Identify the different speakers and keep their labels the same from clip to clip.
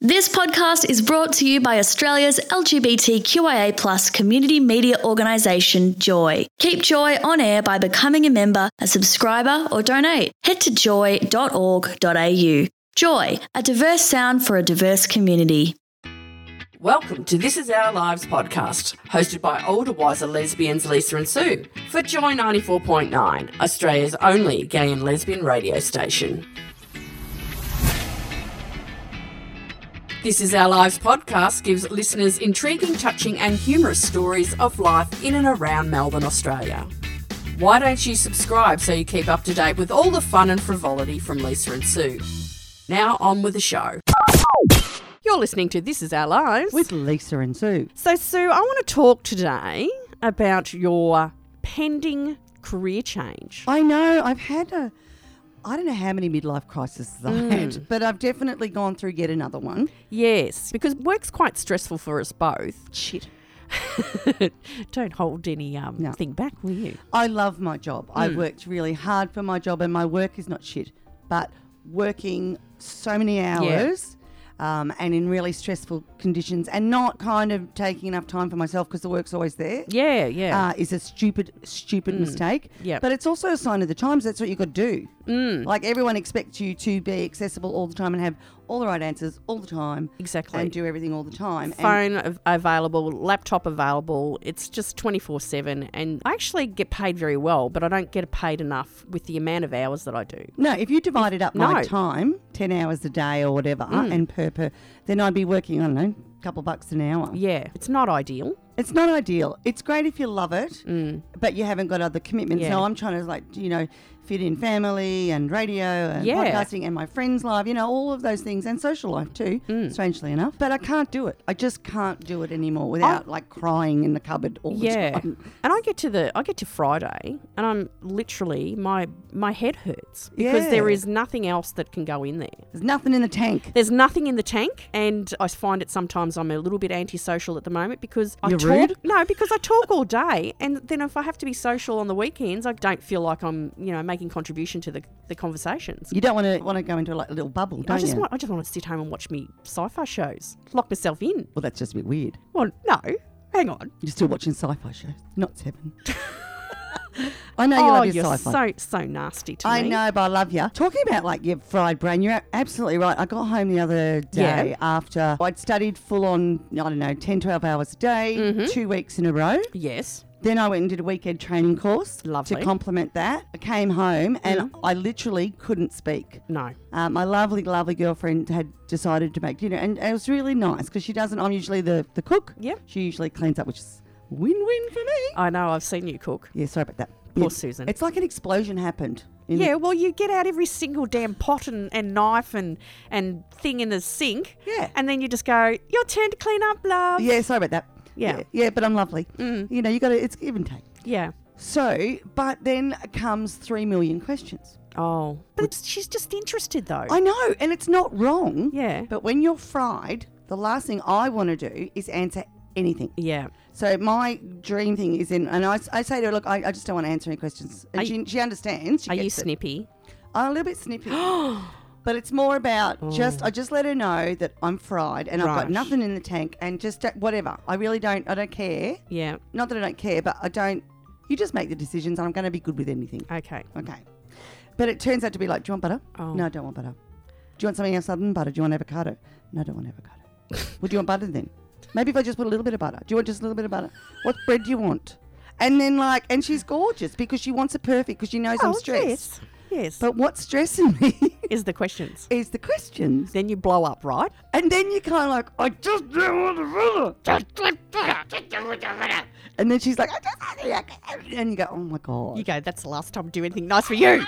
Speaker 1: This podcast is brought to you by Australia's LGBTQIA plus community media organisation, Joy. Keep Joy on air by becoming a member, a subscriber, or donate. Head to joy.org.au. Joy, a diverse sound for a diverse community.
Speaker 2: Welcome to This Is Our Lives podcast, hosted by older, wiser lesbians Lisa and Sue for Joy 94.9, Australia's only gay and lesbian radio station. This is Our Lives podcast gives listeners intriguing, touching, and humorous stories of life in and around Melbourne, Australia. Why don't you subscribe so you keep up to date with all the fun and frivolity from Lisa and Sue? Now, on with the show. You're listening to This Is Our Lives.
Speaker 3: with Lisa and Sue.
Speaker 2: so, Sue, I want to talk today about your pending career change.
Speaker 3: I know I've had a, I don't know how many midlife crises I've had, but I've definitely gone through yet another one.
Speaker 2: Yes, because work's quite stressful for us both.
Speaker 3: Shit.
Speaker 2: Don't hold any um,
Speaker 3: No.
Speaker 2: thing back, will you?
Speaker 3: I love my job. I worked really hard for my job, and my work is not shit. But working so many hours. Um, and in really stressful conditions, and not kind of taking enough time for myself because the work's always there, is
Speaker 2: Yeah, yeah. Mm.
Speaker 3: uh, is a stupid, stupid mistake.
Speaker 2: Yep. Mm.
Speaker 3: But it's also a sign of the times. That's what you got to do. Like everyone expects you to be accessible all the time and have all the right answers all the time.
Speaker 2: Exactly.
Speaker 3: And do everything all the time. And
Speaker 2: Phone av- available, laptop available. It's just 24 7. And I actually get paid very well, but I don't get paid enough with the amount of hours that I do.
Speaker 3: no, if you divided up
Speaker 2: No. Mm.
Speaker 3: my time, 10 hours a day or whatever, and per per, then I'd be working, I don't know, a couple bucks an hour.
Speaker 2: Yeah, it's not ideal.
Speaker 3: It's not ideal. It's great if you love it, but you haven't got other commitments.
Speaker 2: Mm. Yeah.
Speaker 3: So I'm trying to, like, you know, fit in family and radio and
Speaker 2: Yeah.
Speaker 3: podcasting and my friends' life, you know, all of those things and social life too,
Speaker 2: Mm.
Speaker 3: strangely enough. But I can't do it. I just can't do it anymore without, like, crying in the cupboard all the
Speaker 2: yeah
Speaker 3: time.
Speaker 2: and i get to the i get to friday and i'm literally my my head hurts because there
Speaker 3: Yeah.
Speaker 2: is nothing else that can go in there
Speaker 3: There's nothing in the tank.
Speaker 2: there's nothing in the tank and i find it sometimes i'm a little bit antisocial at the moment because i
Speaker 3: You're
Speaker 2: talk
Speaker 3: rude?
Speaker 2: no because i talk all day and then if i have to be social on the weekends i don't feel like i'm you know making contribution to the, the conversations
Speaker 3: You don't want to want to go into like a little bubble, don't
Speaker 2: I just
Speaker 3: you?
Speaker 2: want I just want to sit home and watch me sci-fi shows. Lock myself in.
Speaker 3: well, that's just a bit weird.
Speaker 2: Well, no. Hang on.
Speaker 3: You're still watching sci-fi shows, not Seven. I know you
Speaker 2: oh,
Speaker 3: love your
Speaker 2: you're
Speaker 3: sci-fi.
Speaker 2: so so nasty to
Speaker 3: I
Speaker 2: me.
Speaker 3: know, but I love you. Talking about like your fried brain, you're a- absolutely right. I got home the other day
Speaker 2: Yeah.
Speaker 3: after I'd studied full on, I don't know, 10, 12 hours a day,
Speaker 2: Mm-hmm.
Speaker 3: two weeks in a row.
Speaker 2: Yes.
Speaker 3: Then I went and did a weekend training course
Speaker 2: Lovely. Mm.
Speaker 3: to complement that. I came home and I literally couldn't speak.
Speaker 2: No.
Speaker 3: Uh, my lovely, lovely girlfriend had decided to make dinner, and it was really nice because she doesn't. I'm usually the, the cook.
Speaker 2: Yep.
Speaker 3: She usually cleans up, which is win win for me.
Speaker 2: I know, I've seen you cook.
Speaker 3: Yeah, sorry about that.
Speaker 2: Poor
Speaker 3: Yeah.
Speaker 2: Susan.
Speaker 3: It's like an explosion happened. in the-
Speaker 2: Yeah, well, you get out every single damn pot and, and knife and, and thing in the sink.
Speaker 3: Yeah.
Speaker 2: And then you just go, your turn to clean up, love.
Speaker 3: Yeah, sorry about that.
Speaker 2: Yeah. Mm.
Speaker 3: Yeah, but I'm lovely. You know, you got to, it's give and take.
Speaker 2: Yeah.
Speaker 3: So, but then comes three million questions.
Speaker 2: Oh. But it's, she's just interested, though.
Speaker 3: I know, and it's not wrong.
Speaker 2: Yeah.
Speaker 3: But when you're fried, the last thing I want to do is answer anything.
Speaker 2: yeah.
Speaker 3: So my dream thing is in, and I, s- I say to her, look, I, I just don't want to answer any questions. And
Speaker 2: Are
Speaker 3: she, she understands. She
Speaker 2: Are you
Speaker 3: gets it.
Speaker 2: snippy?
Speaker 3: I'm a little bit snippy. But it's more about just I just let her know that I'm fried and I've
Speaker 2: Oh. Right.
Speaker 3: got nothing in the tank and just don't- whatever. I really don't I don't care.
Speaker 2: Yeah.
Speaker 3: Not that I don't care, but I don't. You just make the decisions. I'm going to be good with anything.
Speaker 2: Okay.
Speaker 3: Okay. But it turns out to be like, do you want butter?
Speaker 2: Oh.
Speaker 3: No, I don't want butter. Do you want something else other than butter? Do you want avocado? No, I don't want avocado. well, do you want butter then? Maybe if I just put a little bit of butter. Do you want just a little bit of butter? What bread do you want? And then like, and she's gorgeous because she wants it perfect because she knows I'm
Speaker 2: Oh,
Speaker 3: stressed.
Speaker 2: Yes. Yes.
Speaker 3: But what's stressing me
Speaker 2: is the questions.
Speaker 3: is the questions.
Speaker 2: Then you blow up, right?
Speaker 3: And then you're kind of like, I just don't want to run And then she's like, I just want to And you go, oh my God.
Speaker 2: You go, that's the last time I do anything nice for you.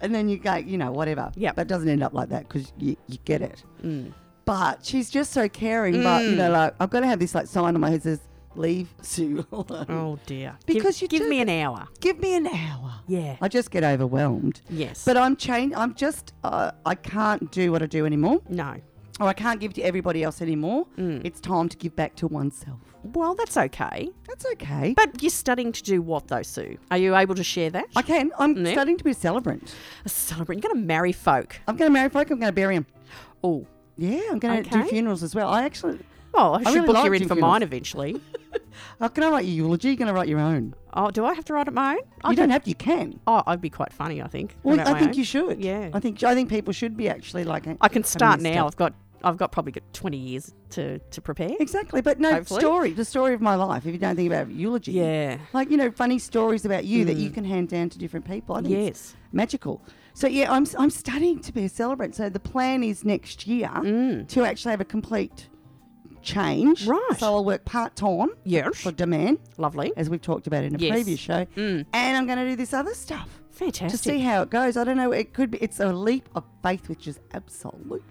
Speaker 3: and then you go, you know, whatever.
Speaker 2: Yep.
Speaker 3: But it doesn't end up like that because you, you get it.
Speaker 2: Mm.
Speaker 3: But she's just so caring. But, you know, like, I've got to have this like sign on my head that says, leave Sue alone.
Speaker 2: Oh, dear.
Speaker 3: Because
Speaker 2: give,
Speaker 3: you
Speaker 2: Give
Speaker 3: do
Speaker 2: me
Speaker 3: the-
Speaker 2: an hour.
Speaker 3: Give me an hour.
Speaker 2: Yeah.
Speaker 3: I just get overwhelmed.
Speaker 2: yes.
Speaker 3: But I'm changed. I'm just, uh, I can't do what I do anymore.
Speaker 2: no.
Speaker 3: or I can't give to everybody else anymore.
Speaker 2: Mm.
Speaker 3: It's time to give back to oneself.
Speaker 2: Well, that's okay.
Speaker 3: That's okay.
Speaker 2: But you're studying to do what though, Sue? Are you able to share that?
Speaker 3: I can. I'm
Speaker 2: Yeah.
Speaker 3: starting to be a celebrant.
Speaker 2: A celebrant. You're going to marry folk.
Speaker 3: I'm going to marry folk. I'm going to bury them.
Speaker 2: Oh,
Speaker 3: Yeah, I'm going to do
Speaker 4: Okay.
Speaker 3: funerals as well. I actually,
Speaker 2: Oh, I should
Speaker 3: really
Speaker 2: book
Speaker 3: like
Speaker 2: you in
Speaker 3: doing
Speaker 2: for
Speaker 3: funerals.
Speaker 2: mine eventually.
Speaker 3: oh, can I write your eulogy? You're going to write your own.
Speaker 2: oh, do I have to write it my own? I
Speaker 3: you
Speaker 2: could-
Speaker 3: don't have. to, You can.
Speaker 2: Oh, I'd be quite funny, I think.
Speaker 3: Well,
Speaker 2: about
Speaker 3: I
Speaker 2: my
Speaker 3: think
Speaker 2: own.
Speaker 3: you should.
Speaker 2: Yeah.
Speaker 3: I think I think people should be actually like.
Speaker 2: I can start
Speaker 3: this
Speaker 2: now.
Speaker 3: stuff.
Speaker 2: I've got I've got probably got 20 years to, to prepare.
Speaker 3: Exactly, but no
Speaker 2: Hopefully.
Speaker 3: story. The story of my life. If you don't think about it, eulogy.
Speaker 2: Yeah. Mm.
Speaker 3: Like you know, funny stories about you that you can hand down to different people. I think it's
Speaker 2: Yes.
Speaker 3: magical. So yeah, I'm I'm studying to be a celebrant. So the plan is next year to actually have a complete change.
Speaker 2: Mm. Right.
Speaker 3: So I'll work part time
Speaker 2: Yes.
Speaker 3: for demand,
Speaker 2: Lovely.
Speaker 3: as we've talked about in a
Speaker 2: Yes. Mm.
Speaker 3: previous show, and I'm going to do this other stuff. To
Speaker 2: Fantastic.
Speaker 3: see how it goes, I don't know. It could be. It's a leap of faith, which is absolutely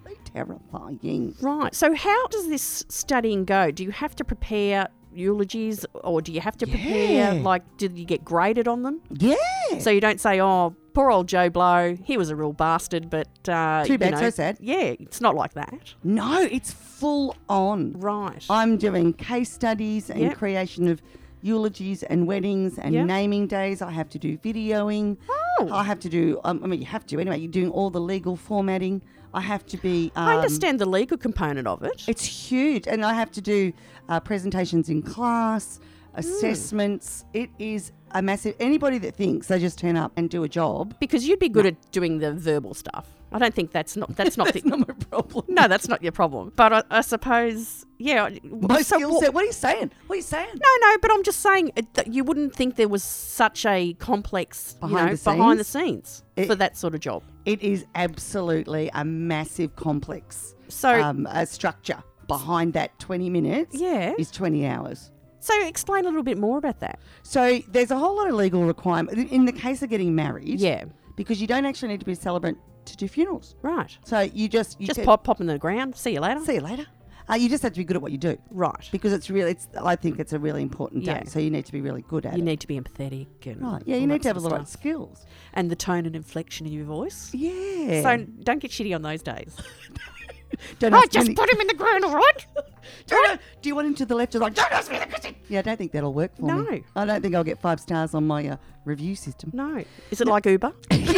Speaker 3: terrifying.
Speaker 2: Right. So, how does this studying go? Do you have to prepare eulogies, or do you have to prepare
Speaker 3: Yeah.
Speaker 2: like did you get graded on them?
Speaker 3: Yeah.
Speaker 2: So you don't say, "Oh, poor old Joe Blow, he was a real bastard," but uh,
Speaker 3: Too
Speaker 2: you
Speaker 3: bad,
Speaker 2: know,
Speaker 3: so sad.
Speaker 2: Yeah, it's not like that.
Speaker 3: No, it's full on.
Speaker 2: Right.
Speaker 3: I'm doing case studies and
Speaker 2: Yep.
Speaker 3: creation of eulogies and weddings and
Speaker 2: Yep.
Speaker 3: naming days. I have to do videoing.
Speaker 2: Oh.
Speaker 3: I have to do, um, I mean, you have to anyway. You're doing all the legal formatting. I have to be. Um,
Speaker 2: I understand the legal component of it.
Speaker 3: It's huge. And I have to do uh, presentations in class,
Speaker 2: Hmm.
Speaker 3: assessments. It is a massive. Anybody that thinks they just turn up and do a job,
Speaker 2: because you'd be good at doing the verbal stuff. I don't think that's not that's not the,
Speaker 3: not my problem.
Speaker 2: no, that's not your problem. But I, I suppose yeah.
Speaker 3: My
Speaker 2: so
Speaker 3: skill
Speaker 2: what-
Speaker 3: set. What are you saying? What are you saying?
Speaker 2: No, no, but I'm just saying uh, that you wouldn't think there was such a complex you
Speaker 3: Behind
Speaker 2: know,
Speaker 3: the
Speaker 2: behind the scenes
Speaker 3: It-
Speaker 2: for that sort of job.
Speaker 3: It is absolutely a massive complex
Speaker 2: So-
Speaker 3: um, a structure behind that 20 minutes
Speaker 2: Yeah.
Speaker 3: is 20 hours.
Speaker 2: So explain a little bit more about that.
Speaker 3: So there's a whole lot of legal requirement in- in the case of getting married.
Speaker 2: Yeah,
Speaker 3: Because you don't actually need to be a celebrant to do funerals.
Speaker 2: right.
Speaker 3: So you just you
Speaker 2: Just
Speaker 3: get-
Speaker 2: pop pop in the ground. See you later.
Speaker 3: See you later. Uh, you just have to be good at what you do
Speaker 2: Right.
Speaker 3: because it's really it's I think it's a really important day.
Speaker 2: Yeah.
Speaker 3: So you need to be really good at
Speaker 2: You
Speaker 3: it.
Speaker 2: need to be empathetic and
Speaker 3: right. Yeah,
Speaker 2: all
Speaker 3: you
Speaker 2: that
Speaker 3: need to have
Speaker 2: sort
Speaker 3: the
Speaker 2: of
Speaker 3: right
Speaker 2: stuff.
Speaker 3: skills.
Speaker 2: and the tone and inflection in your voice.
Speaker 3: Yeah.
Speaker 2: So don't get shitty on those days.
Speaker 3: don't
Speaker 2: I
Speaker 3: ask
Speaker 2: just
Speaker 3: many-
Speaker 2: put him in the ground, all right?
Speaker 3: Don't- do you want him to the left or the right? Don't ask me the question. Yeah, I don't think that'll work for
Speaker 2: No.
Speaker 3: me. I don't think I'll get five stars on my uh, review system.
Speaker 2: No. Is it like Uber?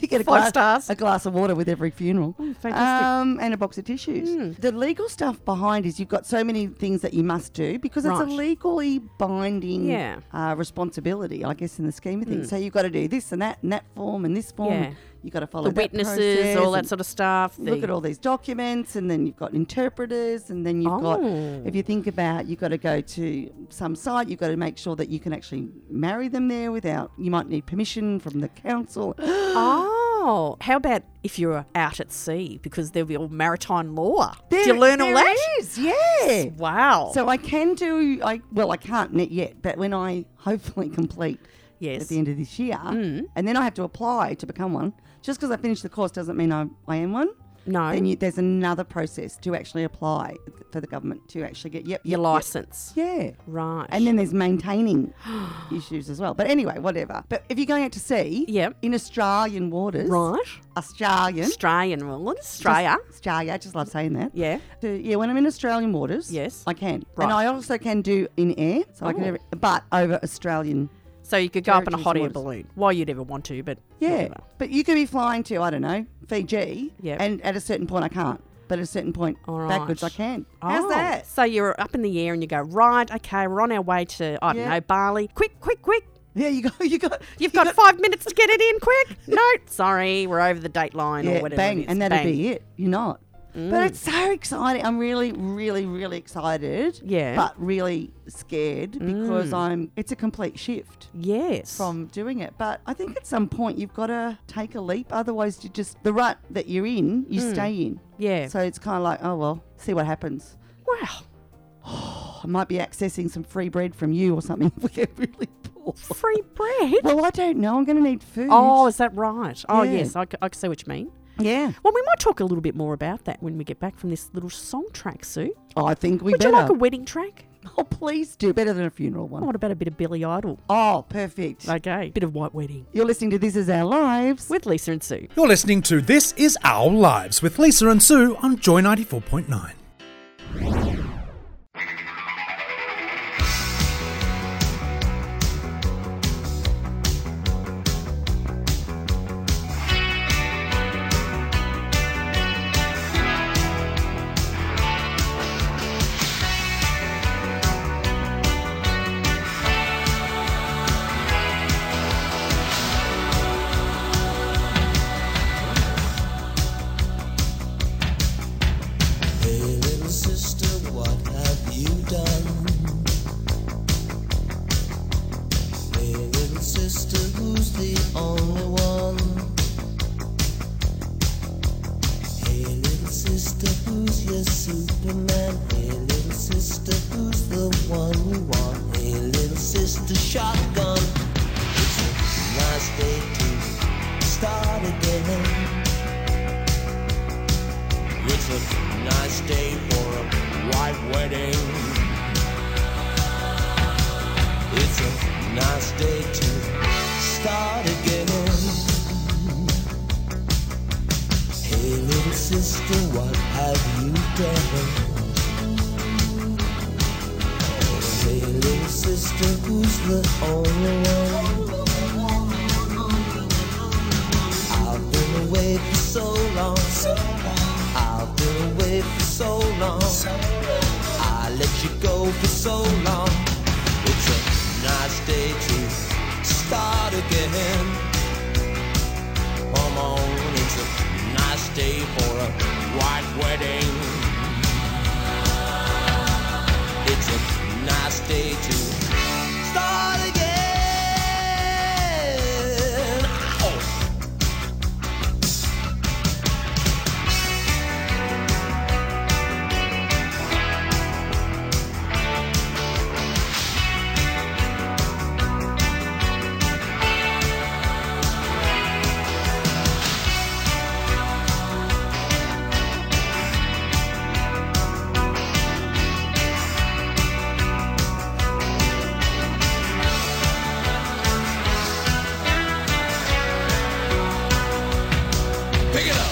Speaker 3: You get a
Speaker 2: Five
Speaker 3: glass-
Speaker 2: stars.
Speaker 3: a glass of water with every funeral,
Speaker 2: fantastic.
Speaker 3: Um, and a box of tissues. The legal stuff behind is you've got so many things that you must do because it's
Speaker 2: Right.
Speaker 3: a legally binding
Speaker 2: Yeah.
Speaker 3: uh, responsibility, I guess, in the scheme of things. So you've got to do this and that and that form and this form.
Speaker 2: Yeah.
Speaker 3: You've got to follow
Speaker 2: The
Speaker 3: that
Speaker 2: witnesses,
Speaker 3: process
Speaker 2: all that
Speaker 3: and-
Speaker 2: sort of stuff.
Speaker 3: you look
Speaker 2: the-
Speaker 3: at all these documents and then you've got interpreters and then you've
Speaker 2: Oh.
Speaker 3: got if you think about you've got to go to some site you've got to make sure that you can actually marry them there without you might need permission from the council
Speaker 2: Oh, how about if you're out at sea because there'll be all maritime law?
Speaker 3: There-
Speaker 2: Do you learn all
Speaker 3: there
Speaker 2: that?
Speaker 3: is, yeah
Speaker 2: Wow.
Speaker 3: so i can do i well i can't knit yet but when i hopefully complete
Speaker 2: Yes. Mm.
Speaker 3: at the end of this year and then i have to apply to become one just because i finished the course doesn't mean i, I am one
Speaker 2: no,
Speaker 3: then you, there's another process to actually apply for the government to actually get yep,
Speaker 2: your
Speaker 3: yep, yep.
Speaker 2: license.
Speaker 3: Yeah.
Speaker 2: Right.
Speaker 3: And then there's maintaining issues as well. But anyway, whatever. But if you're going out to sea,
Speaker 2: Yep.
Speaker 3: in Australian waters,
Speaker 2: right.
Speaker 3: Australian,
Speaker 2: Australian rules. Australia.
Speaker 3: Just- Australia, I just love saying that.
Speaker 2: Yeah.
Speaker 3: So, yeah, when I'm in Australian waters,
Speaker 2: Yes.
Speaker 3: I can.
Speaker 2: Right.
Speaker 3: And I also can do in air, so I can,
Speaker 2: Oh.
Speaker 3: ever- but over Australian.
Speaker 2: So you could go up in a hot
Speaker 3: Territories
Speaker 2: air
Speaker 3: waters.
Speaker 2: balloon. Why you'd ever want to, but
Speaker 3: Yeah,
Speaker 2: whatever.
Speaker 3: but you could be flying to I don't know Fiji,
Speaker 2: Yep.
Speaker 3: and at a certain point I can't. But at a certain point
Speaker 2: All right.
Speaker 3: backwards I can. How's
Speaker 2: Oh,
Speaker 3: that?
Speaker 2: So you're up in the air and you go right. Okay, we're on our way to I don't
Speaker 3: Yeah.
Speaker 2: know Bali. Quick, quick, quick.
Speaker 3: Yeah, you got you got
Speaker 2: You've got five minutes to get it in quick. No, sorry, we're over the date line or
Speaker 3: Yeah,
Speaker 2: whatever.
Speaker 3: bang,
Speaker 2: it is.
Speaker 3: and that'll
Speaker 2: Bang. Mm.
Speaker 3: be it. You're not. But it's so exciting. I'm really, really, really excited.
Speaker 2: Yeah. Mm.
Speaker 3: But really scared because I'm. It's a complete shift
Speaker 2: Yes.
Speaker 3: from doing it. But I think at some point you've got to take a leap. Otherwise, you just the rut that you're in, you stay in.
Speaker 2: Mm. Yeah.
Speaker 3: So it's kind of like, oh well, see what happens. Oh,
Speaker 2: wow.
Speaker 3: I might be accessing some free bread from you or something. if we get really poor.
Speaker 2: Free bread.
Speaker 3: Well, I don't know. I'm going to need food.
Speaker 2: Oh, is that right? Oh,
Speaker 3: Yeah.
Speaker 2: yes, I, c- I see what you mean.
Speaker 3: yeah.
Speaker 2: Well, we might talk a little bit more about that when we get back from this little song track, Sue.
Speaker 3: Oh, I think we
Speaker 2: Would
Speaker 3: better.
Speaker 2: you like a wedding track?
Speaker 3: oh, please do better than a funeral one.
Speaker 2: Oh, What about a bit of Billy Idol?
Speaker 3: Oh, perfect.
Speaker 2: Okay. Bit of White Wedding
Speaker 3: You're listening to This Is Our Lives.
Speaker 2: with Lisa and Sue.
Speaker 5: You're listening to This Is Our Lives with Lisa and Sue on Joy 94.9.
Speaker 6: sister, what have you done? Little sister, who's the only one? Hey, little sister, who's your Superman? Hey, little sister, who's the one you want? Hey, little sister, shotgun. It's a nice day to start again. It's a nice day for a white wedding. It's a nice day to start again. Hey little sister, what have you done? Hey little sister, who's the only one? I've been away for so long. I've been away for so long. I let you go for so long. It's a nice day to start again. Come on, it's a nice day for a white wedding. It's a nice day to start again. Oh. Ow. Pick it up.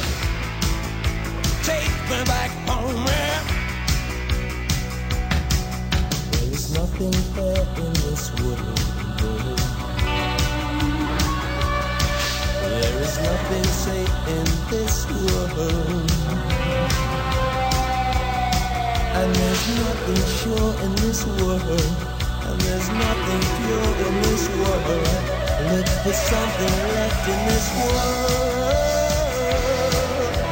Speaker 6: Take me back home. Yeah. There is nothing fair in this world. There is nothing safe in this world. And there's nothing sure in this world. And there's nothing pure in this world. Look for something left in this world.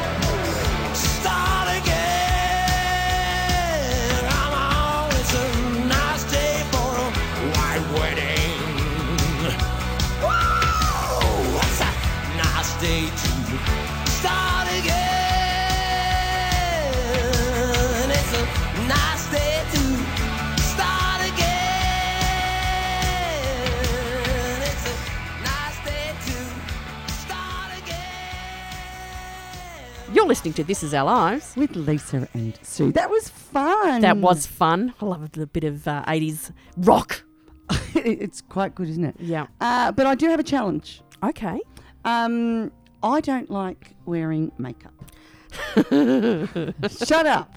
Speaker 6: Start again. I'm on. It's a nice day for a white wedding. Whoa, it's a nice day to start again. It's a nice day to start again. It's a nice day to start again.
Speaker 2: You're listening to This Is Our Lives.
Speaker 3: With Lisa and Sue. That was fun.
Speaker 2: That was fun. I love a bit of uh, 80s rock.
Speaker 3: it's quite good, isn't it?
Speaker 2: Yeah.
Speaker 3: Uh, but I do have a challenge.
Speaker 2: Okay.
Speaker 3: Um, I don't like wearing makeup. Shut up.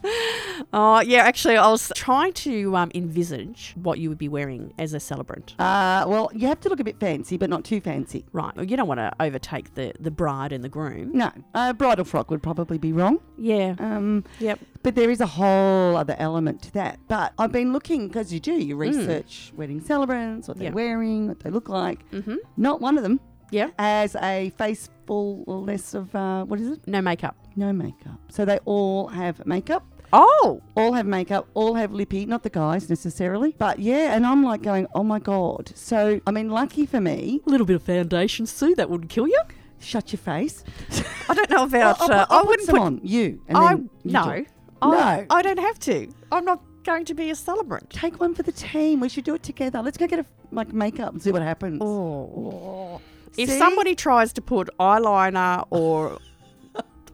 Speaker 2: Oh, yeah, actually, I was trying to um, envisage what you would be wearing as a celebrant.
Speaker 3: Uh, well, you have to look a bit fancy, but not too fancy.
Speaker 2: Right. You don't want to overtake the, the bride and the groom.
Speaker 3: No, a bridal frock would probably be wrong.
Speaker 2: Yeah.
Speaker 3: Um,
Speaker 2: yep.
Speaker 3: But there is a whole other element to that. But I've been looking because you do you research wedding celebrants, what they're
Speaker 2: Mm. Yeah.
Speaker 3: wearing, what they look like. Mm-hmm. Not one of them
Speaker 2: Yeah.
Speaker 3: has a face full or less of uh, what is it?
Speaker 2: No makeup.
Speaker 3: No makeup. So they all have makeup.
Speaker 2: Oh,
Speaker 3: All have makeup, all have lippy, not the guys necessarily, but yeah, and I'm like going, oh my god. So, I mean, lucky for me,
Speaker 2: a little bit of foundation, Sue. That wouldn't kill you.
Speaker 3: shut your face.
Speaker 2: I don't know about.
Speaker 3: I'll,
Speaker 2: uh,
Speaker 3: I'll
Speaker 2: I
Speaker 3: put
Speaker 2: wouldn't
Speaker 3: some
Speaker 2: put.
Speaker 3: on you. And
Speaker 2: I
Speaker 3: then you
Speaker 2: no.
Speaker 3: do it.
Speaker 2: I,
Speaker 3: No.
Speaker 2: I don't have to. I'm not going to be a celebrant.
Speaker 3: Take one for the team. We should do it together. Let's go get a like makeup and see what happens.
Speaker 2: Oh. If
Speaker 3: See?
Speaker 2: somebody tries to put eyeliner or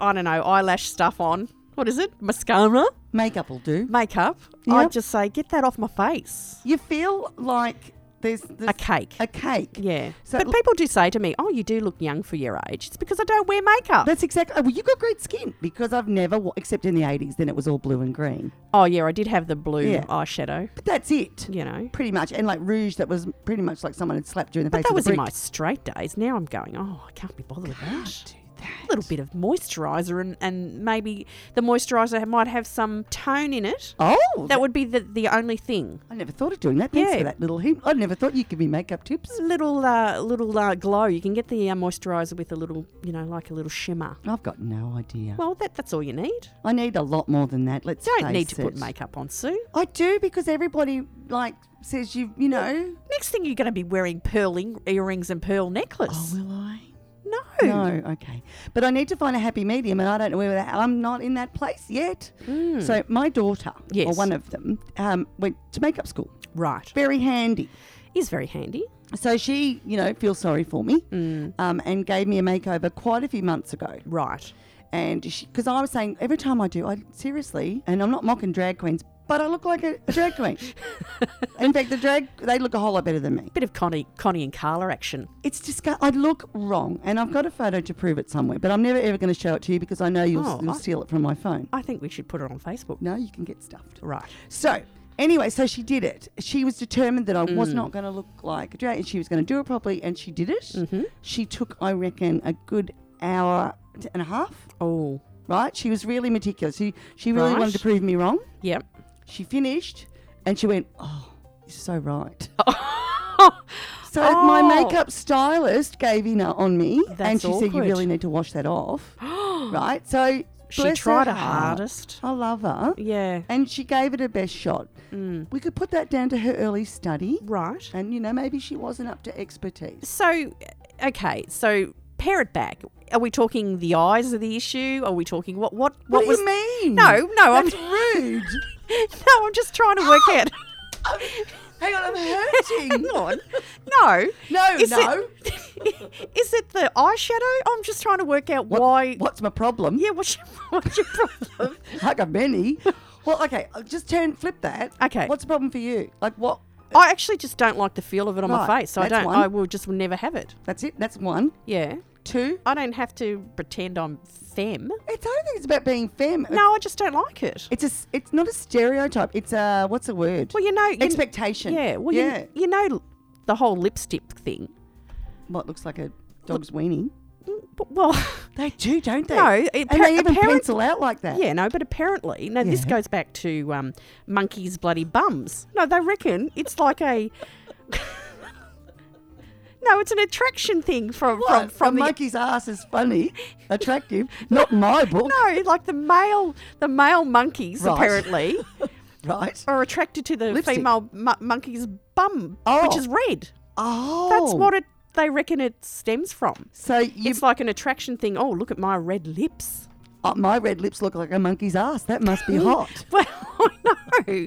Speaker 2: I don't know eyelash stuff on, what is it? Mascara,
Speaker 3: Makeup will do.
Speaker 2: makeup.
Speaker 3: Yep.
Speaker 2: I'd just say get that off my face.
Speaker 3: You feel like there's, there's
Speaker 2: A cake.
Speaker 3: A cake.
Speaker 2: Yeah.
Speaker 3: So-
Speaker 2: but people do say to me, "Oh, you do look young for your age." It's because I don't wear makeup.
Speaker 3: That's exactly. Well, you got great skin because I've never, wa- except in the 80s, then it was all blue and green.
Speaker 2: oh yeah, I did have the blue
Speaker 3: Yeah.
Speaker 2: eyeshadow.
Speaker 3: But that's it.
Speaker 2: You know.
Speaker 3: Pretty much. And like rouge, that was pretty much like someone had slapped you in the face.
Speaker 2: That was
Speaker 3: with a
Speaker 2: in
Speaker 3: brick.
Speaker 2: my straight days. Now I'm going, oh, I can't be bothered with that. a little bit of moisturizer, and, and maybe the moisturizer might have some tone in it.
Speaker 3: Oh,
Speaker 2: That would be the, the only thing.
Speaker 3: I never thought of doing that. Thanks
Speaker 2: Yeah.
Speaker 3: for that little hint. I never thought you'd give me makeup tips.
Speaker 2: Little uh, little uh, glow. You can get the uh, moisturizer with a little, you know, like a little shimmer.
Speaker 3: I've got no idea.
Speaker 2: Well, that that's all you need.
Speaker 3: I need a lot more than that. Let's
Speaker 2: Don't
Speaker 3: face
Speaker 2: need to put
Speaker 3: it.
Speaker 2: makeup on, Sue.
Speaker 3: I do because everybody like says you you know.
Speaker 2: Next thing you're going to be wearing pearl in- earrings and pearl necklace.
Speaker 3: will I?
Speaker 2: no.
Speaker 3: Oh, No, okay. But I need to find a happy medium, and I don't know where that. I'm not in that place yet. So my daughter, or
Speaker 2: Hmm. Yes.
Speaker 3: one of them, um, went to makeup school.
Speaker 2: Right.
Speaker 3: Very handy.
Speaker 2: Is very handy.
Speaker 3: So she, you know, feels sorry for me,
Speaker 2: Hmm.
Speaker 3: um, and gave me a makeover quite a few months ago.
Speaker 2: Right.
Speaker 3: And because I was saying every time I do, I seriously, and I'm not mocking drag queens, but I look like a, a drag queen. in fact, the drag they look a whole lot better than me.
Speaker 2: Bit of Connie, Connie and Carla action.
Speaker 3: It's disgust. I look wrong, and I've got a photo to prove it somewhere, but I'm never ever going to show it to you because I know you'll,
Speaker 2: Oh,
Speaker 3: you'll
Speaker 2: I-
Speaker 3: steal it from my phone.
Speaker 2: I think we should put her on Facebook.
Speaker 3: No, you can get stuffed.
Speaker 2: Right.
Speaker 3: So anyway, so she did it. She was determined that I was
Speaker 2: Mm.
Speaker 3: not going to look like a drag, and she was going to do it properly, and she did it.
Speaker 2: Mm-hmm.
Speaker 3: She took, I reckon, a good hour and a half.
Speaker 2: Oh.
Speaker 3: Right? She was really meticulous. She she really
Speaker 2: Right.
Speaker 3: wanted to prove me wrong.
Speaker 2: Yep.
Speaker 3: She finished, and she went, "Oh, you're so right." So my
Speaker 2: Oh.
Speaker 3: makeup stylist gave in on me, and
Speaker 2: That's
Speaker 3: she said, "You
Speaker 2: awkward.
Speaker 3: really need to wash that off." right? So
Speaker 2: She
Speaker 3: bless
Speaker 2: tried her
Speaker 3: heart.
Speaker 2: hardest.
Speaker 3: I love her.
Speaker 2: yeah. Mm.
Speaker 3: And she gave it her best shot. We could put that down to her early study.
Speaker 2: Right.
Speaker 3: And, you know, maybe she wasn't up to expertise.
Speaker 2: So, okay. So, pare it back. Are we talking the eyes are the issue? Are we talking what? What? What,
Speaker 3: do
Speaker 2: was?
Speaker 3: you mean?
Speaker 2: No, no. I'm
Speaker 3: That's rude.
Speaker 2: no. I'm just trying to work
Speaker 3: Oh.
Speaker 2: out.
Speaker 3: Hang on, I'm hurting.
Speaker 2: Hang on. No.
Speaker 3: No, no.
Speaker 2: It, is it the eyeshadow? I'm just trying to work out
Speaker 3: What-
Speaker 2: why.
Speaker 3: What's my problem?
Speaker 2: Yeah. What's your, what's your problem?
Speaker 3: Like a many. Well, okay, I'll just turn, flip that.
Speaker 2: Okay.
Speaker 3: What's the problem for you? Like, what?
Speaker 2: I actually just don't like the feel of it on my
Speaker 3: Right,
Speaker 2: face. So I
Speaker 3: that's
Speaker 2: don't.
Speaker 3: one.
Speaker 2: I will just never have it.
Speaker 3: That's it. That's one.
Speaker 2: Yeah.
Speaker 3: Two.
Speaker 2: I don't have to pretend I'm femme.
Speaker 3: It's, I don't think it's about being femme.
Speaker 2: No, I just don't like it.
Speaker 3: It's a, s- it's not a stereotype. It's a, what's the word?
Speaker 2: Well, you know, you-
Speaker 3: Expectation.
Speaker 2: Yeah. Well,
Speaker 3: yeah.
Speaker 2: You, you know, the whole lipstick thing.
Speaker 3: what looks like a dog's weenie.
Speaker 2: But, well,
Speaker 3: They do, don't they?
Speaker 2: No, it-
Speaker 3: and
Speaker 2: appar-
Speaker 3: they even
Speaker 2: apparent-
Speaker 3: pencil out like that.
Speaker 2: yeah, no, but apparently, no, this
Speaker 3: Yeah.
Speaker 2: goes back to um, monkeys' bloody bums. No, they reckon it's like a. no, it's an attraction thing from from
Speaker 3: What?
Speaker 2: from
Speaker 3: a
Speaker 2: the.
Speaker 3: monkey's ass is funny, attractive. Not my book,
Speaker 2: no, like the male, the male monkeys
Speaker 3: Right.
Speaker 2: apparently
Speaker 3: right?
Speaker 2: are attracted to the
Speaker 3: Lipstick.
Speaker 2: female mo- monkey's bum, which
Speaker 3: Oh.
Speaker 2: is red.
Speaker 3: Oh,
Speaker 2: That's what it they reckon it stems from.
Speaker 3: So you,
Speaker 2: it's like an attraction thing. Oh, look at my red lips.
Speaker 3: uh, my red lips look like a monkey's ass. That must be hot.
Speaker 2: Well, no.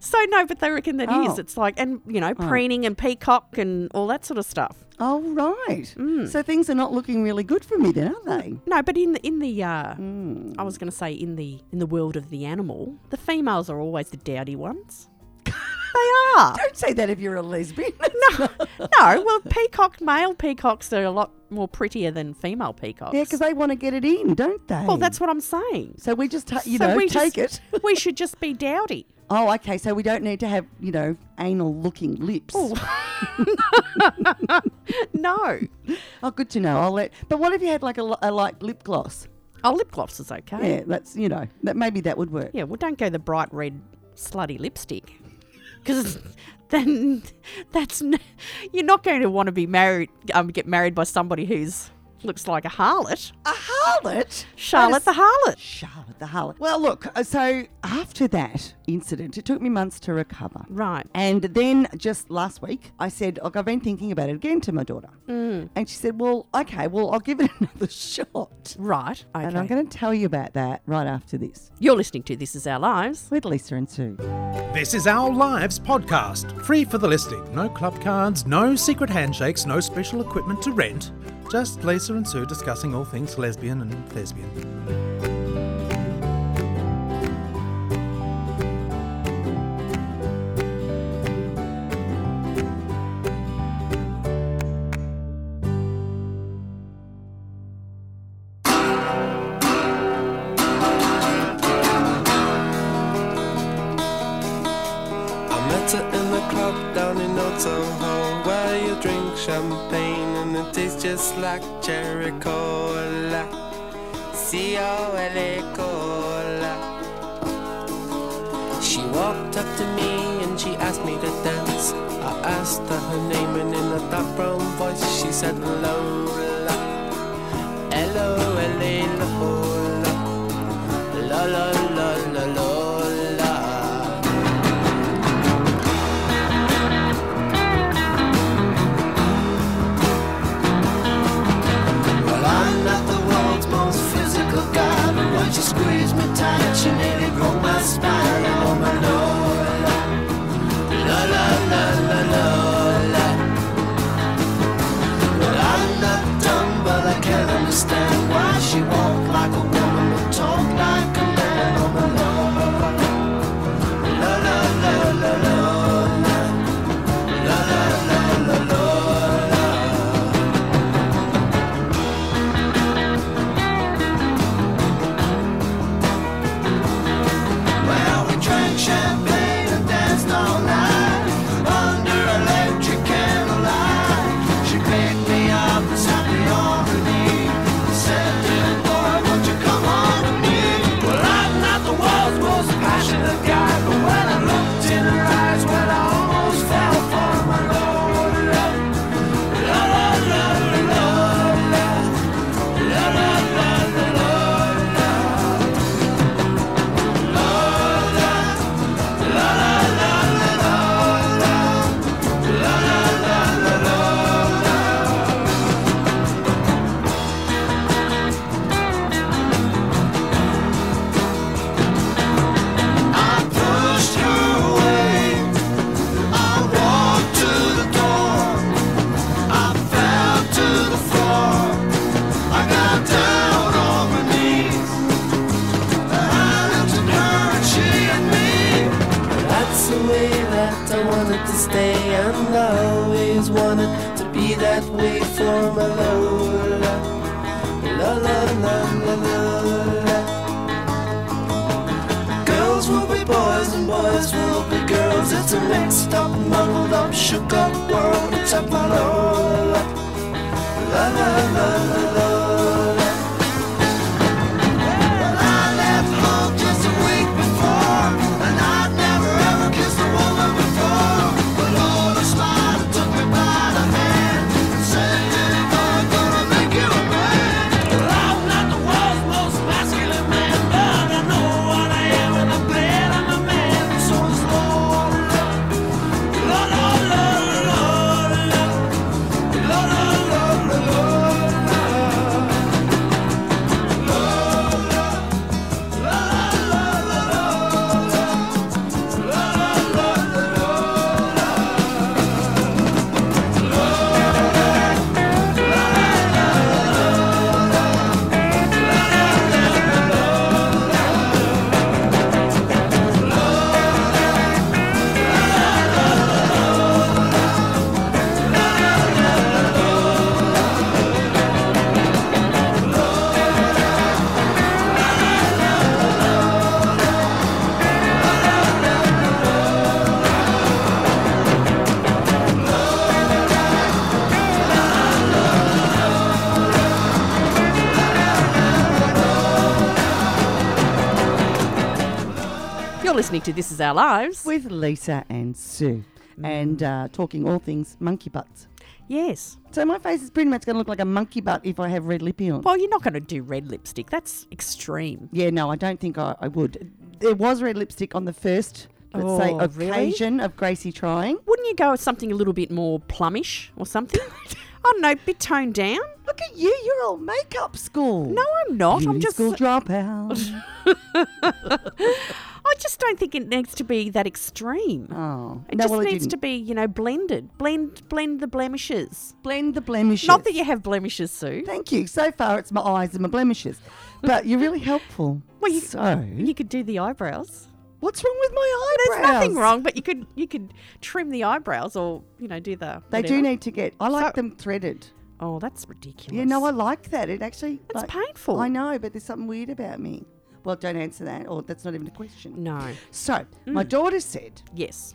Speaker 2: So no, but they reckon that is.
Speaker 3: Oh.
Speaker 2: It's like and you know preening and peacock and all that sort of stuff.
Speaker 3: oh, right. So things are not looking really good for me then, are they?
Speaker 2: No, but in the, in the uh,
Speaker 3: Mm.
Speaker 2: I was going to say in the in the world of the animal, the females are always the dowdy ones. they are.
Speaker 3: Don't say that if you're a lesbian.
Speaker 2: No, no. Well, peacock male peacocks are a lot more prettier than female peacocks.
Speaker 3: yeah, because they want to get it in, don't they?
Speaker 2: well, that's what I'm saying.
Speaker 3: so we just ta- you
Speaker 2: So
Speaker 3: know
Speaker 2: we
Speaker 3: take
Speaker 2: just-
Speaker 3: it.
Speaker 2: we should just be dowdy.
Speaker 3: Oh, okay. So we don't need to have you know anal looking lips.
Speaker 2: No.
Speaker 3: Oh, good to know. I'll let. But what if you had like a, li- a light lip gloss?
Speaker 2: Oh, lip gloss is okay.
Speaker 3: Yeah, that's you know that maybe that would work.
Speaker 2: Yeah, well, don't go the bright red slutty lipstick. Because then that's. N- you're not going to want to be married, um, get married by somebody who's looks like a harlot.
Speaker 3: A harlot,
Speaker 2: Charlotte the harlot.
Speaker 3: Charlotte the harlot. Well, look. uh, So after that incident, it took me months to recover.
Speaker 2: Right.
Speaker 3: And then just last week, I said, "Look, I've been thinking about it again to my daughter," mm. and she said, "Well, okay. Well, I'll give it another shot."
Speaker 2: Right. Okay.
Speaker 3: And I'm going to tell you about that right after this
Speaker 2: You're listening to This Is Our Lives.
Speaker 3: with Lisa and Sue.
Speaker 5: This is Our Lives podcast, free for the listing. No club cards, no secret handshakes, no special equipment to rent. Just Lisa and Sue discussing all things lesbian and thespian.
Speaker 7: I met her in the club down in Old Soho Where you drink champagne and it tastes just like cherry cola
Speaker 6: see how well it goes. She walked up to me and she asked me to dance. I asked her her name and in a dark brown voice she said Lola. L-O-L-A-Lola. La la la la Lola. Well, I'm not the world's most physical guy, but once you squeeze me tight, you nearly broke my spine. Oh my Lola, la la la la Lola. Well, I'm not dumb, but I can understand why she walk like a woman but talk like a man. Oh my Lola, la la la la Lola, la la la la Lola. Well, we drank champagne and danced all night under electric candlelight. She picked me up and sat me on her knee. Said, "Dear boy, won't you come on with me?" Well, I'm not the world's most passionate guy, but when I looked in her eyes, well, I almost fell for my Lola. La, la, la, la, Lola. La, la, la, la, Lola. pushed her away. I walked to the door. I fell to the floor. I got down on my knees. I looked at her and she at me. That's the way that I wanted to stay, and I always wanted to be that way for my Lola. La la la la la la. Girls will be boys and boys will be girls. It's a mixed up, muddled up, shook up world. It's a Lola. La la la la la. Well, I left home just a week before, and I'd never ever kissed a woman before. But Lola smiled and took me by the hand and said, "Diddy boy, gonna make you a man." Well, I'm not the world's most masculine man, but I know what I am, and I'm glad I'm a man. So it's Lola, la la la la la, la la la la la.
Speaker 2: You're listening to This Is Our Lives.
Speaker 3: with Lisa and Sue, and uh, talking all things monkey butts.
Speaker 2: yes.
Speaker 3: So my face is pretty much going to look like a monkey butt if I have red lippy on.
Speaker 2: Well, you're not going to do red lipstick. That's extreme.
Speaker 3: Yeah, no, I don't think I, I would. There was red lipstick on the first, let's say,
Speaker 2: Oh, really?
Speaker 3: occasion of Gracie trying.
Speaker 2: Wouldn't you go with something a little bit more plumish or something? I don't know, bit toned down.
Speaker 3: Look at you, you're all makeup school.
Speaker 2: No, I'm not. I'm
Speaker 3: Beauty
Speaker 2: just.
Speaker 3: school dropout.
Speaker 2: I just don't think it needs to be that extreme.
Speaker 3: oh,
Speaker 2: It
Speaker 3: no,
Speaker 2: just
Speaker 3: well,
Speaker 2: needs
Speaker 3: it
Speaker 2: to
Speaker 3: didn't.
Speaker 2: be, you know, blended. Blend, blend the blemishes.
Speaker 3: blend the blemishes.
Speaker 2: Not that you have blemishes, Sue.
Speaker 3: Thank you. So far, it's my eyes and my blemishes, but you're really helpful.
Speaker 2: Well, you-
Speaker 3: so
Speaker 2: You could do the eyebrows.
Speaker 3: what's wrong with my
Speaker 2: There's
Speaker 3: eyebrows?
Speaker 2: nothing wrong, but you could you could trim the eyebrows or you know do the.
Speaker 3: They
Speaker 2: whatever.
Speaker 3: do need to get. I like
Speaker 2: So-
Speaker 3: them threaded.
Speaker 2: Oh, that's ridiculous.
Speaker 3: Yeah, no, I like that. It actually.
Speaker 2: That's
Speaker 3: like-
Speaker 2: painful.
Speaker 3: I know, but there's something weird about me. Well, don't answer that, or that's not even a question.
Speaker 2: No.
Speaker 3: So my daughter said,
Speaker 2: Yes.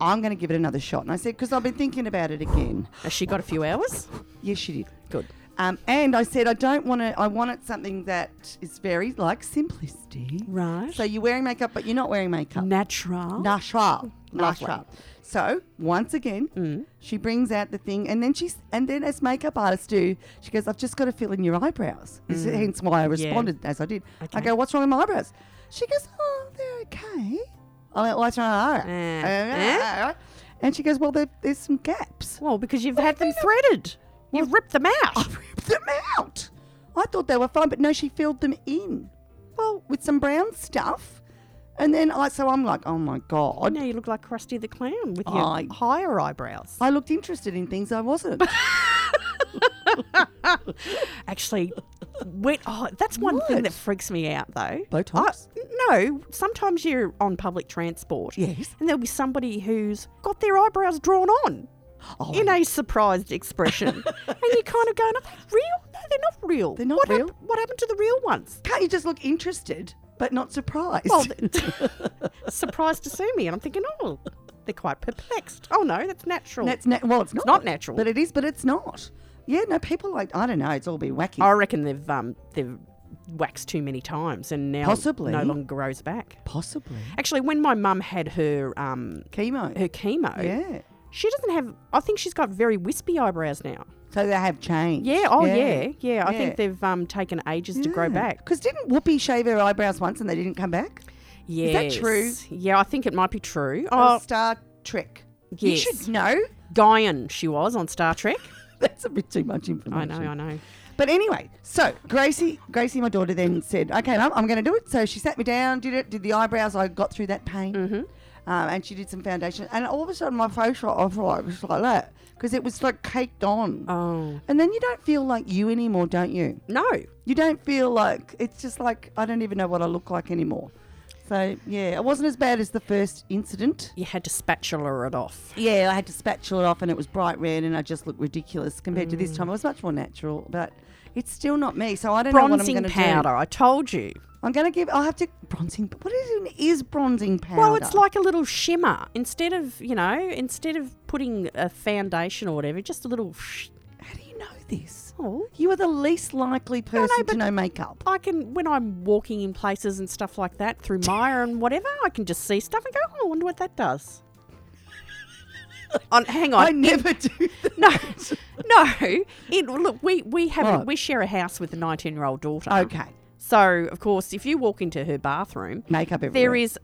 Speaker 3: "I'm going to give it another shot," and I said, "Because I've been thinking about it again."
Speaker 2: Has she got a few hours?
Speaker 3: Yes, she did.
Speaker 2: Good.
Speaker 3: Um, and I said, I don't want to, I wanted something that is very like simplicity.
Speaker 2: Right.
Speaker 3: So you're wearing makeup, but you're not wearing makeup.
Speaker 2: Natural.
Speaker 3: Natural.
Speaker 2: Lovely.
Speaker 3: Natural. So once again, she brings out the thing, and then she's, and then as makeup artists do, she goes, "I've just got to fill in your eyebrows." This is hence why I responded as I did. Mm. I
Speaker 2: Okay.
Speaker 3: go, "What's wrong with my eyebrows?" She goes, "Oh, they're okay." I went, "What's wrong with my eyebrows?" "Oh,
Speaker 2: Eh,
Speaker 3: And she goes, "Well, there, there's some gaps."
Speaker 2: well, because you've had them threaded. You've ripped them out.
Speaker 3: ripped them out. I thought they were fine, but no, she filled them in. Well, with some brown stuff. And then I, so I'm like, oh my
Speaker 2: Oh,
Speaker 3: God.
Speaker 2: now you look like Krusty the Clown with your
Speaker 3: I-
Speaker 2: higher eyebrows.
Speaker 3: I looked interested in things I wasn't.
Speaker 2: Actually, wet. Oh, that's one thing that freaks me out, though.
Speaker 3: Botox?
Speaker 2: I, no, sometimes you're on public transport.
Speaker 3: Yes.
Speaker 2: And there'll be somebody who's got their eyebrows drawn on
Speaker 3: Oh.
Speaker 2: in a surprised expression. and you're kind of going, are they real? No, they're not real.
Speaker 3: They're not
Speaker 2: what hap-
Speaker 3: real.
Speaker 2: what happened to the real ones?
Speaker 3: Can't you just look interested but not surprised?
Speaker 2: Well, surprised to see me. And I'm thinking, oh, they're quite perplexed. Oh, no, that's natural.
Speaker 3: that's na- well, it's not.
Speaker 2: not natural.
Speaker 3: But it is, but it's not. Yeah, no, people like, I don't know, it's all be wacky.
Speaker 2: I reckon they've um, they've waxed too many times and now
Speaker 3: Possibly.
Speaker 2: no longer grows back.
Speaker 3: Possibly.
Speaker 2: Actually, when my mum had her um,
Speaker 3: Chemo.
Speaker 2: her chemo,
Speaker 3: yeah.
Speaker 2: she doesn't have. I think she's got very wispy eyebrows now.
Speaker 3: So they have changed.
Speaker 2: Yeah. Oh yeah. Yeah. I think they've um, taken ages to grow back.
Speaker 3: Because didn't Whoopi shave her eyebrows once and they didn't come back?
Speaker 2: Yeah.
Speaker 3: that true?
Speaker 2: Yeah, I think it might be true.
Speaker 3: Oh,
Speaker 2: Oh,
Speaker 3: Star Trek.
Speaker 2: Yes.
Speaker 3: You should know.
Speaker 2: Guyan, she was on Star Trek.
Speaker 3: That's a bit too much
Speaker 2: I
Speaker 3: information.
Speaker 2: know. I know.
Speaker 3: But anyway, so Gracie, Gracie, my daughter, then said, "Okay, Mum, I'm going to do it." So she sat me down, did it, did the eyebrows. I got through that pain, um, and she did some foundation. And all of a sudden, my facial I was like that because it was like caked on.
Speaker 2: Oh
Speaker 3: And then you don't feel like you anymore, don't you?
Speaker 2: no.
Speaker 3: You don't feel like it's just like I don't even know what I look like anymore. So yeah, it wasn't as bad as the first incident.
Speaker 2: You had to spatula it off.
Speaker 3: Yeah, I had to spatula it off and it was bright red and I just looked ridiculous compared to
Speaker 2: Mm.
Speaker 3: this time. I was much more natural, but it's still not me. So I don't know what I'm
Speaker 2: Bronzing
Speaker 3: going to
Speaker 2: powder. I told you.
Speaker 3: do. I'm going to give, I'll have to, bronzing, but what even is bronzing powder?
Speaker 2: Well, it's like a little shimmer. Instead of, you know, instead of putting a foundation or whatever, just a little. Sh-
Speaker 3: how do you know this?
Speaker 2: oh,
Speaker 3: You are the least likely person to
Speaker 2: but-
Speaker 3: know makeup.
Speaker 2: I can when I'm walking in places and stuff like that through Maya and whatever, I can just see stuff and go, oh, I wonder what that does. On, hang
Speaker 3: I
Speaker 2: on,
Speaker 3: never do that.
Speaker 2: no, no. It, look, we we have a,
Speaker 3: What?
Speaker 2: we share a house with a 19 year old daughter.
Speaker 3: Okay.
Speaker 2: So of course, if you walk into her bathroom,
Speaker 3: Makeup everywhere.
Speaker 2: there is,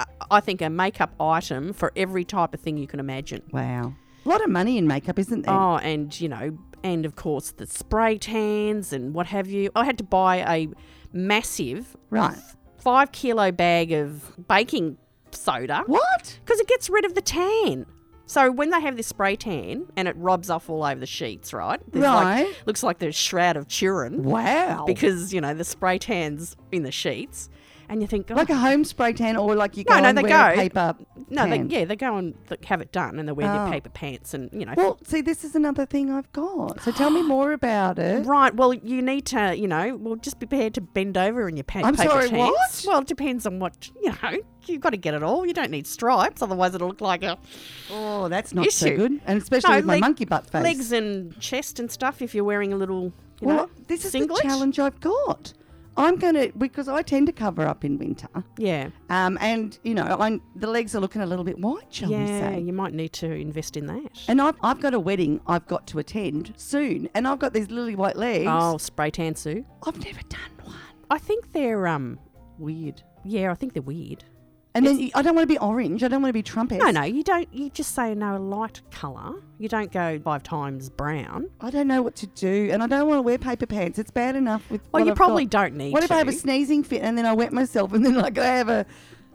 Speaker 2: uh, I think, a makeup item for every type of thing you can imagine.
Speaker 3: Wow. A lot of money in makeup, isn't there?
Speaker 2: Oh, and you know, and of course the spray tans and what have you. I had to buy a massive
Speaker 3: Right.
Speaker 2: five kilo bag of baking soda
Speaker 3: What?
Speaker 2: because it gets rid of the tan. So when they have this spray tan and it rubs off all over the sheets, right? like-
Speaker 3: Right.
Speaker 2: looks like the shroud of Turin
Speaker 3: Wow.
Speaker 2: because you know the spray tans in the sheets, and you think, oh,
Speaker 3: like a home spray tan or like you go
Speaker 2: No, no,
Speaker 3: and
Speaker 2: they
Speaker 3: wear a
Speaker 2: go-
Speaker 3: paper
Speaker 2: no, they,
Speaker 3: tan?
Speaker 2: yeah, they go and th- have it done, and they wear
Speaker 3: Oh.
Speaker 2: their paper pants, and you know,
Speaker 3: Well, see, this is another thing I've got. So tell me more about it.
Speaker 2: Right. Well, you need to, you know, well, just be prepared to bend over in your pants.
Speaker 3: I'm
Speaker 2: paper
Speaker 3: sorry,
Speaker 2: towels.
Speaker 3: what?
Speaker 2: Well, it depends on what, you know, you've got to get it all. You don't need stripes, otherwise it'll look like a
Speaker 3: Oh, that's not so
Speaker 2: issue.
Speaker 3: good. And especially
Speaker 2: No,
Speaker 3: with
Speaker 2: leg-
Speaker 3: my monkey butt face.
Speaker 2: Legs and chest and stuff if you're wearing a little, you
Speaker 3: well,
Speaker 2: know,
Speaker 3: this is
Speaker 2: singlet.
Speaker 3: the challenge I've got. I'm going to, because I tend to cover up in winter.
Speaker 2: Yeah.
Speaker 3: Um, and, you know, I'm, the legs are looking a little bit white, shall we
Speaker 2: Yeah,
Speaker 3: say.
Speaker 2: you might need to invest in that.
Speaker 3: And I've, I've got a wedding I've got to attend soon. And I've got these lily white legs.
Speaker 2: oh, spray tan suit.
Speaker 3: I've never done one.
Speaker 2: I think they're, um,
Speaker 3: Weird.
Speaker 2: yeah, I think they're weird.
Speaker 3: And then you- I don't want to be orange. I don't want to be trumpet.
Speaker 2: No, no, you don't, you just say no, a light colour. You don't go five times brown.
Speaker 3: I don't know what to do, and I don't want to wear paper pants. It's bad enough with.
Speaker 2: Well,
Speaker 3: what
Speaker 2: you
Speaker 3: I've
Speaker 2: probably
Speaker 3: got.
Speaker 2: don't need
Speaker 3: What if I have a
Speaker 2: to.
Speaker 3: sneezing fit and then I wet myself and then like I have a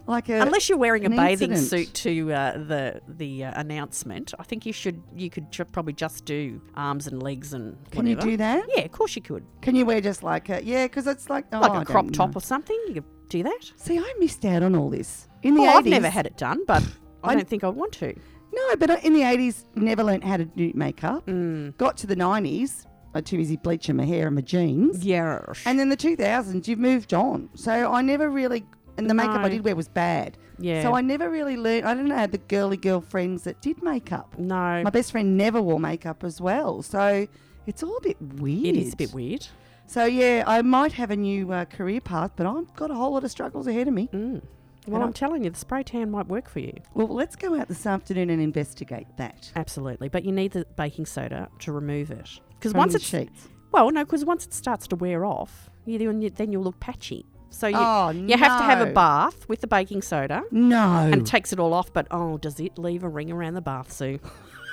Speaker 3: like a
Speaker 2: Unless you're wearing a
Speaker 3: Uh, an
Speaker 2: bathing
Speaker 3: incident.
Speaker 2: suit to uh, the the uh, announcement, I think you should you could ju- probably just do arms and legs and
Speaker 3: Can you
Speaker 2: whatever.
Speaker 3: do that?
Speaker 2: Yeah, of course you could.
Speaker 3: Can you wear just like a yeah? Because it's like oh,
Speaker 2: Like
Speaker 3: I
Speaker 2: a crop
Speaker 3: don't
Speaker 2: top
Speaker 3: know.
Speaker 2: or something. You could do that.
Speaker 3: See, I missed out on all this in the
Speaker 2: Well,
Speaker 3: 80s.
Speaker 2: I've never had it done, but I
Speaker 3: I'm-
Speaker 2: don't think I'd want to.
Speaker 3: No, but I- in the eighties, never learnt how to do makeup.
Speaker 2: Mm.
Speaker 3: Got to the nineties, I'm too busy bleaching my hair and my jeans.
Speaker 2: Yeah.
Speaker 3: And then the 2000s, you've moved on. So I never really, and the makeup I
Speaker 2: No.
Speaker 3: did wear was bad.
Speaker 2: Yeah.
Speaker 3: So I never really learned, I don't know, I had the girly girlfriends that did makeup.
Speaker 2: no.
Speaker 3: My best friend never wore makeup as well. So It's all a bit weird.
Speaker 2: It is a bit weird.
Speaker 3: So yeah, I might have a new uh, career path, but I've got a whole lot of struggles ahead of me.
Speaker 2: Mm. Well, I'm telling you, the spray tan might work for you.
Speaker 3: Well, let's go out this afternoon and investigate that.
Speaker 2: Absolutely, but you need the baking soda to remove it because
Speaker 3: From
Speaker 2: once
Speaker 3: your
Speaker 2: it's
Speaker 3: sheets.
Speaker 2: well, no, because once it starts to wear off, you then you, then you'll look patchy. So you
Speaker 3: Oh,
Speaker 2: you have to have a
Speaker 3: no.
Speaker 2: bath with the baking soda,
Speaker 3: No.
Speaker 2: and it takes it all off. But oh, does it leave a ring around the bath, Sue?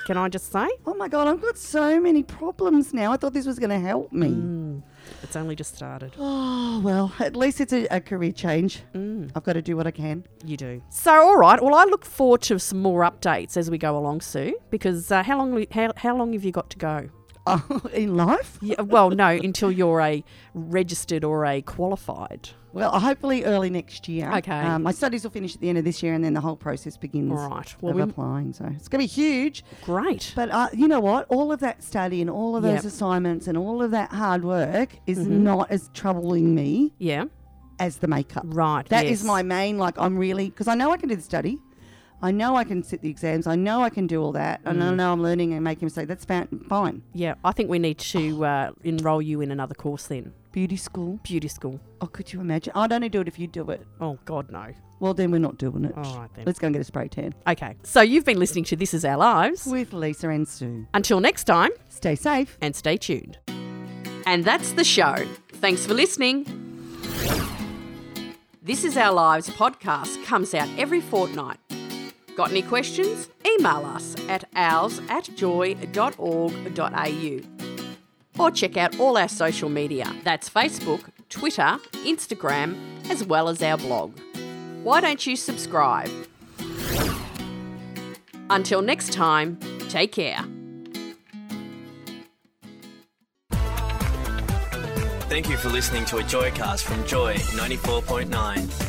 Speaker 2: Can I just say
Speaker 3: oh my god, I've got so many problems now. I thought this was going to help me.
Speaker 2: Mm. it's only just started?
Speaker 3: Oh well, at least it's a, a career change.
Speaker 2: Mm.
Speaker 3: I've got to do what I can.
Speaker 2: You do. So, all right. Well, I look forward to some more updates as we go along, Sue. Because uh, how long how, how long have you got to go?
Speaker 3: Oh, in life.
Speaker 2: Yeah, well, no, until you're a registered or a qualified.
Speaker 3: Well, hopefully early next year.
Speaker 2: Okay.
Speaker 3: Um, my studies will finish at the end of this year, and then the whole process begins.
Speaker 2: All right. Well,
Speaker 3: of
Speaker 2: we-
Speaker 3: applying, so it's going to be huge.
Speaker 2: Great.
Speaker 3: But uh, you know what? All of that study and all of those
Speaker 2: Yep. Mm-hmm.
Speaker 3: assignments and all of that hard work is not as troubling me
Speaker 2: Yeah.
Speaker 3: as the makeup.
Speaker 2: Right,
Speaker 3: That is
Speaker 2: yes.
Speaker 3: my main. Like I'm really because I know I can do the study. I know I can sit the exams. I know I can do all that, and
Speaker 2: Mm.
Speaker 3: I know I'm learning and making mistakes. That's fa- fine.
Speaker 2: Yeah. I think we need to uh, enroll you in another course then.
Speaker 3: Beauty school.
Speaker 2: Beauty school.
Speaker 3: Oh, could you imagine? I'd only do it if you do it.
Speaker 2: Oh God, no.
Speaker 3: Well, then we're not doing it.
Speaker 2: All right then.
Speaker 3: Let's go and get a spray tan.
Speaker 2: Okay. So you've been listening to This Is Our Lives.
Speaker 3: With Lisa and Sue.
Speaker 2: Until next time,
Speaker 3: Stay safe.
Speaker 2: and stay tuned. And that's the show. Thanks for listening. This is Our Lives podcast comes out every fortnight. Got any questions? Email us at ours at joy.org.au or check out all our social media. That's Facebook, Twitter, Instagram, as well as our blog. Why don't you subscribe? Until next time, take care.
Speaker 8: Thank you for listening to a Joycast from Joy 94.9.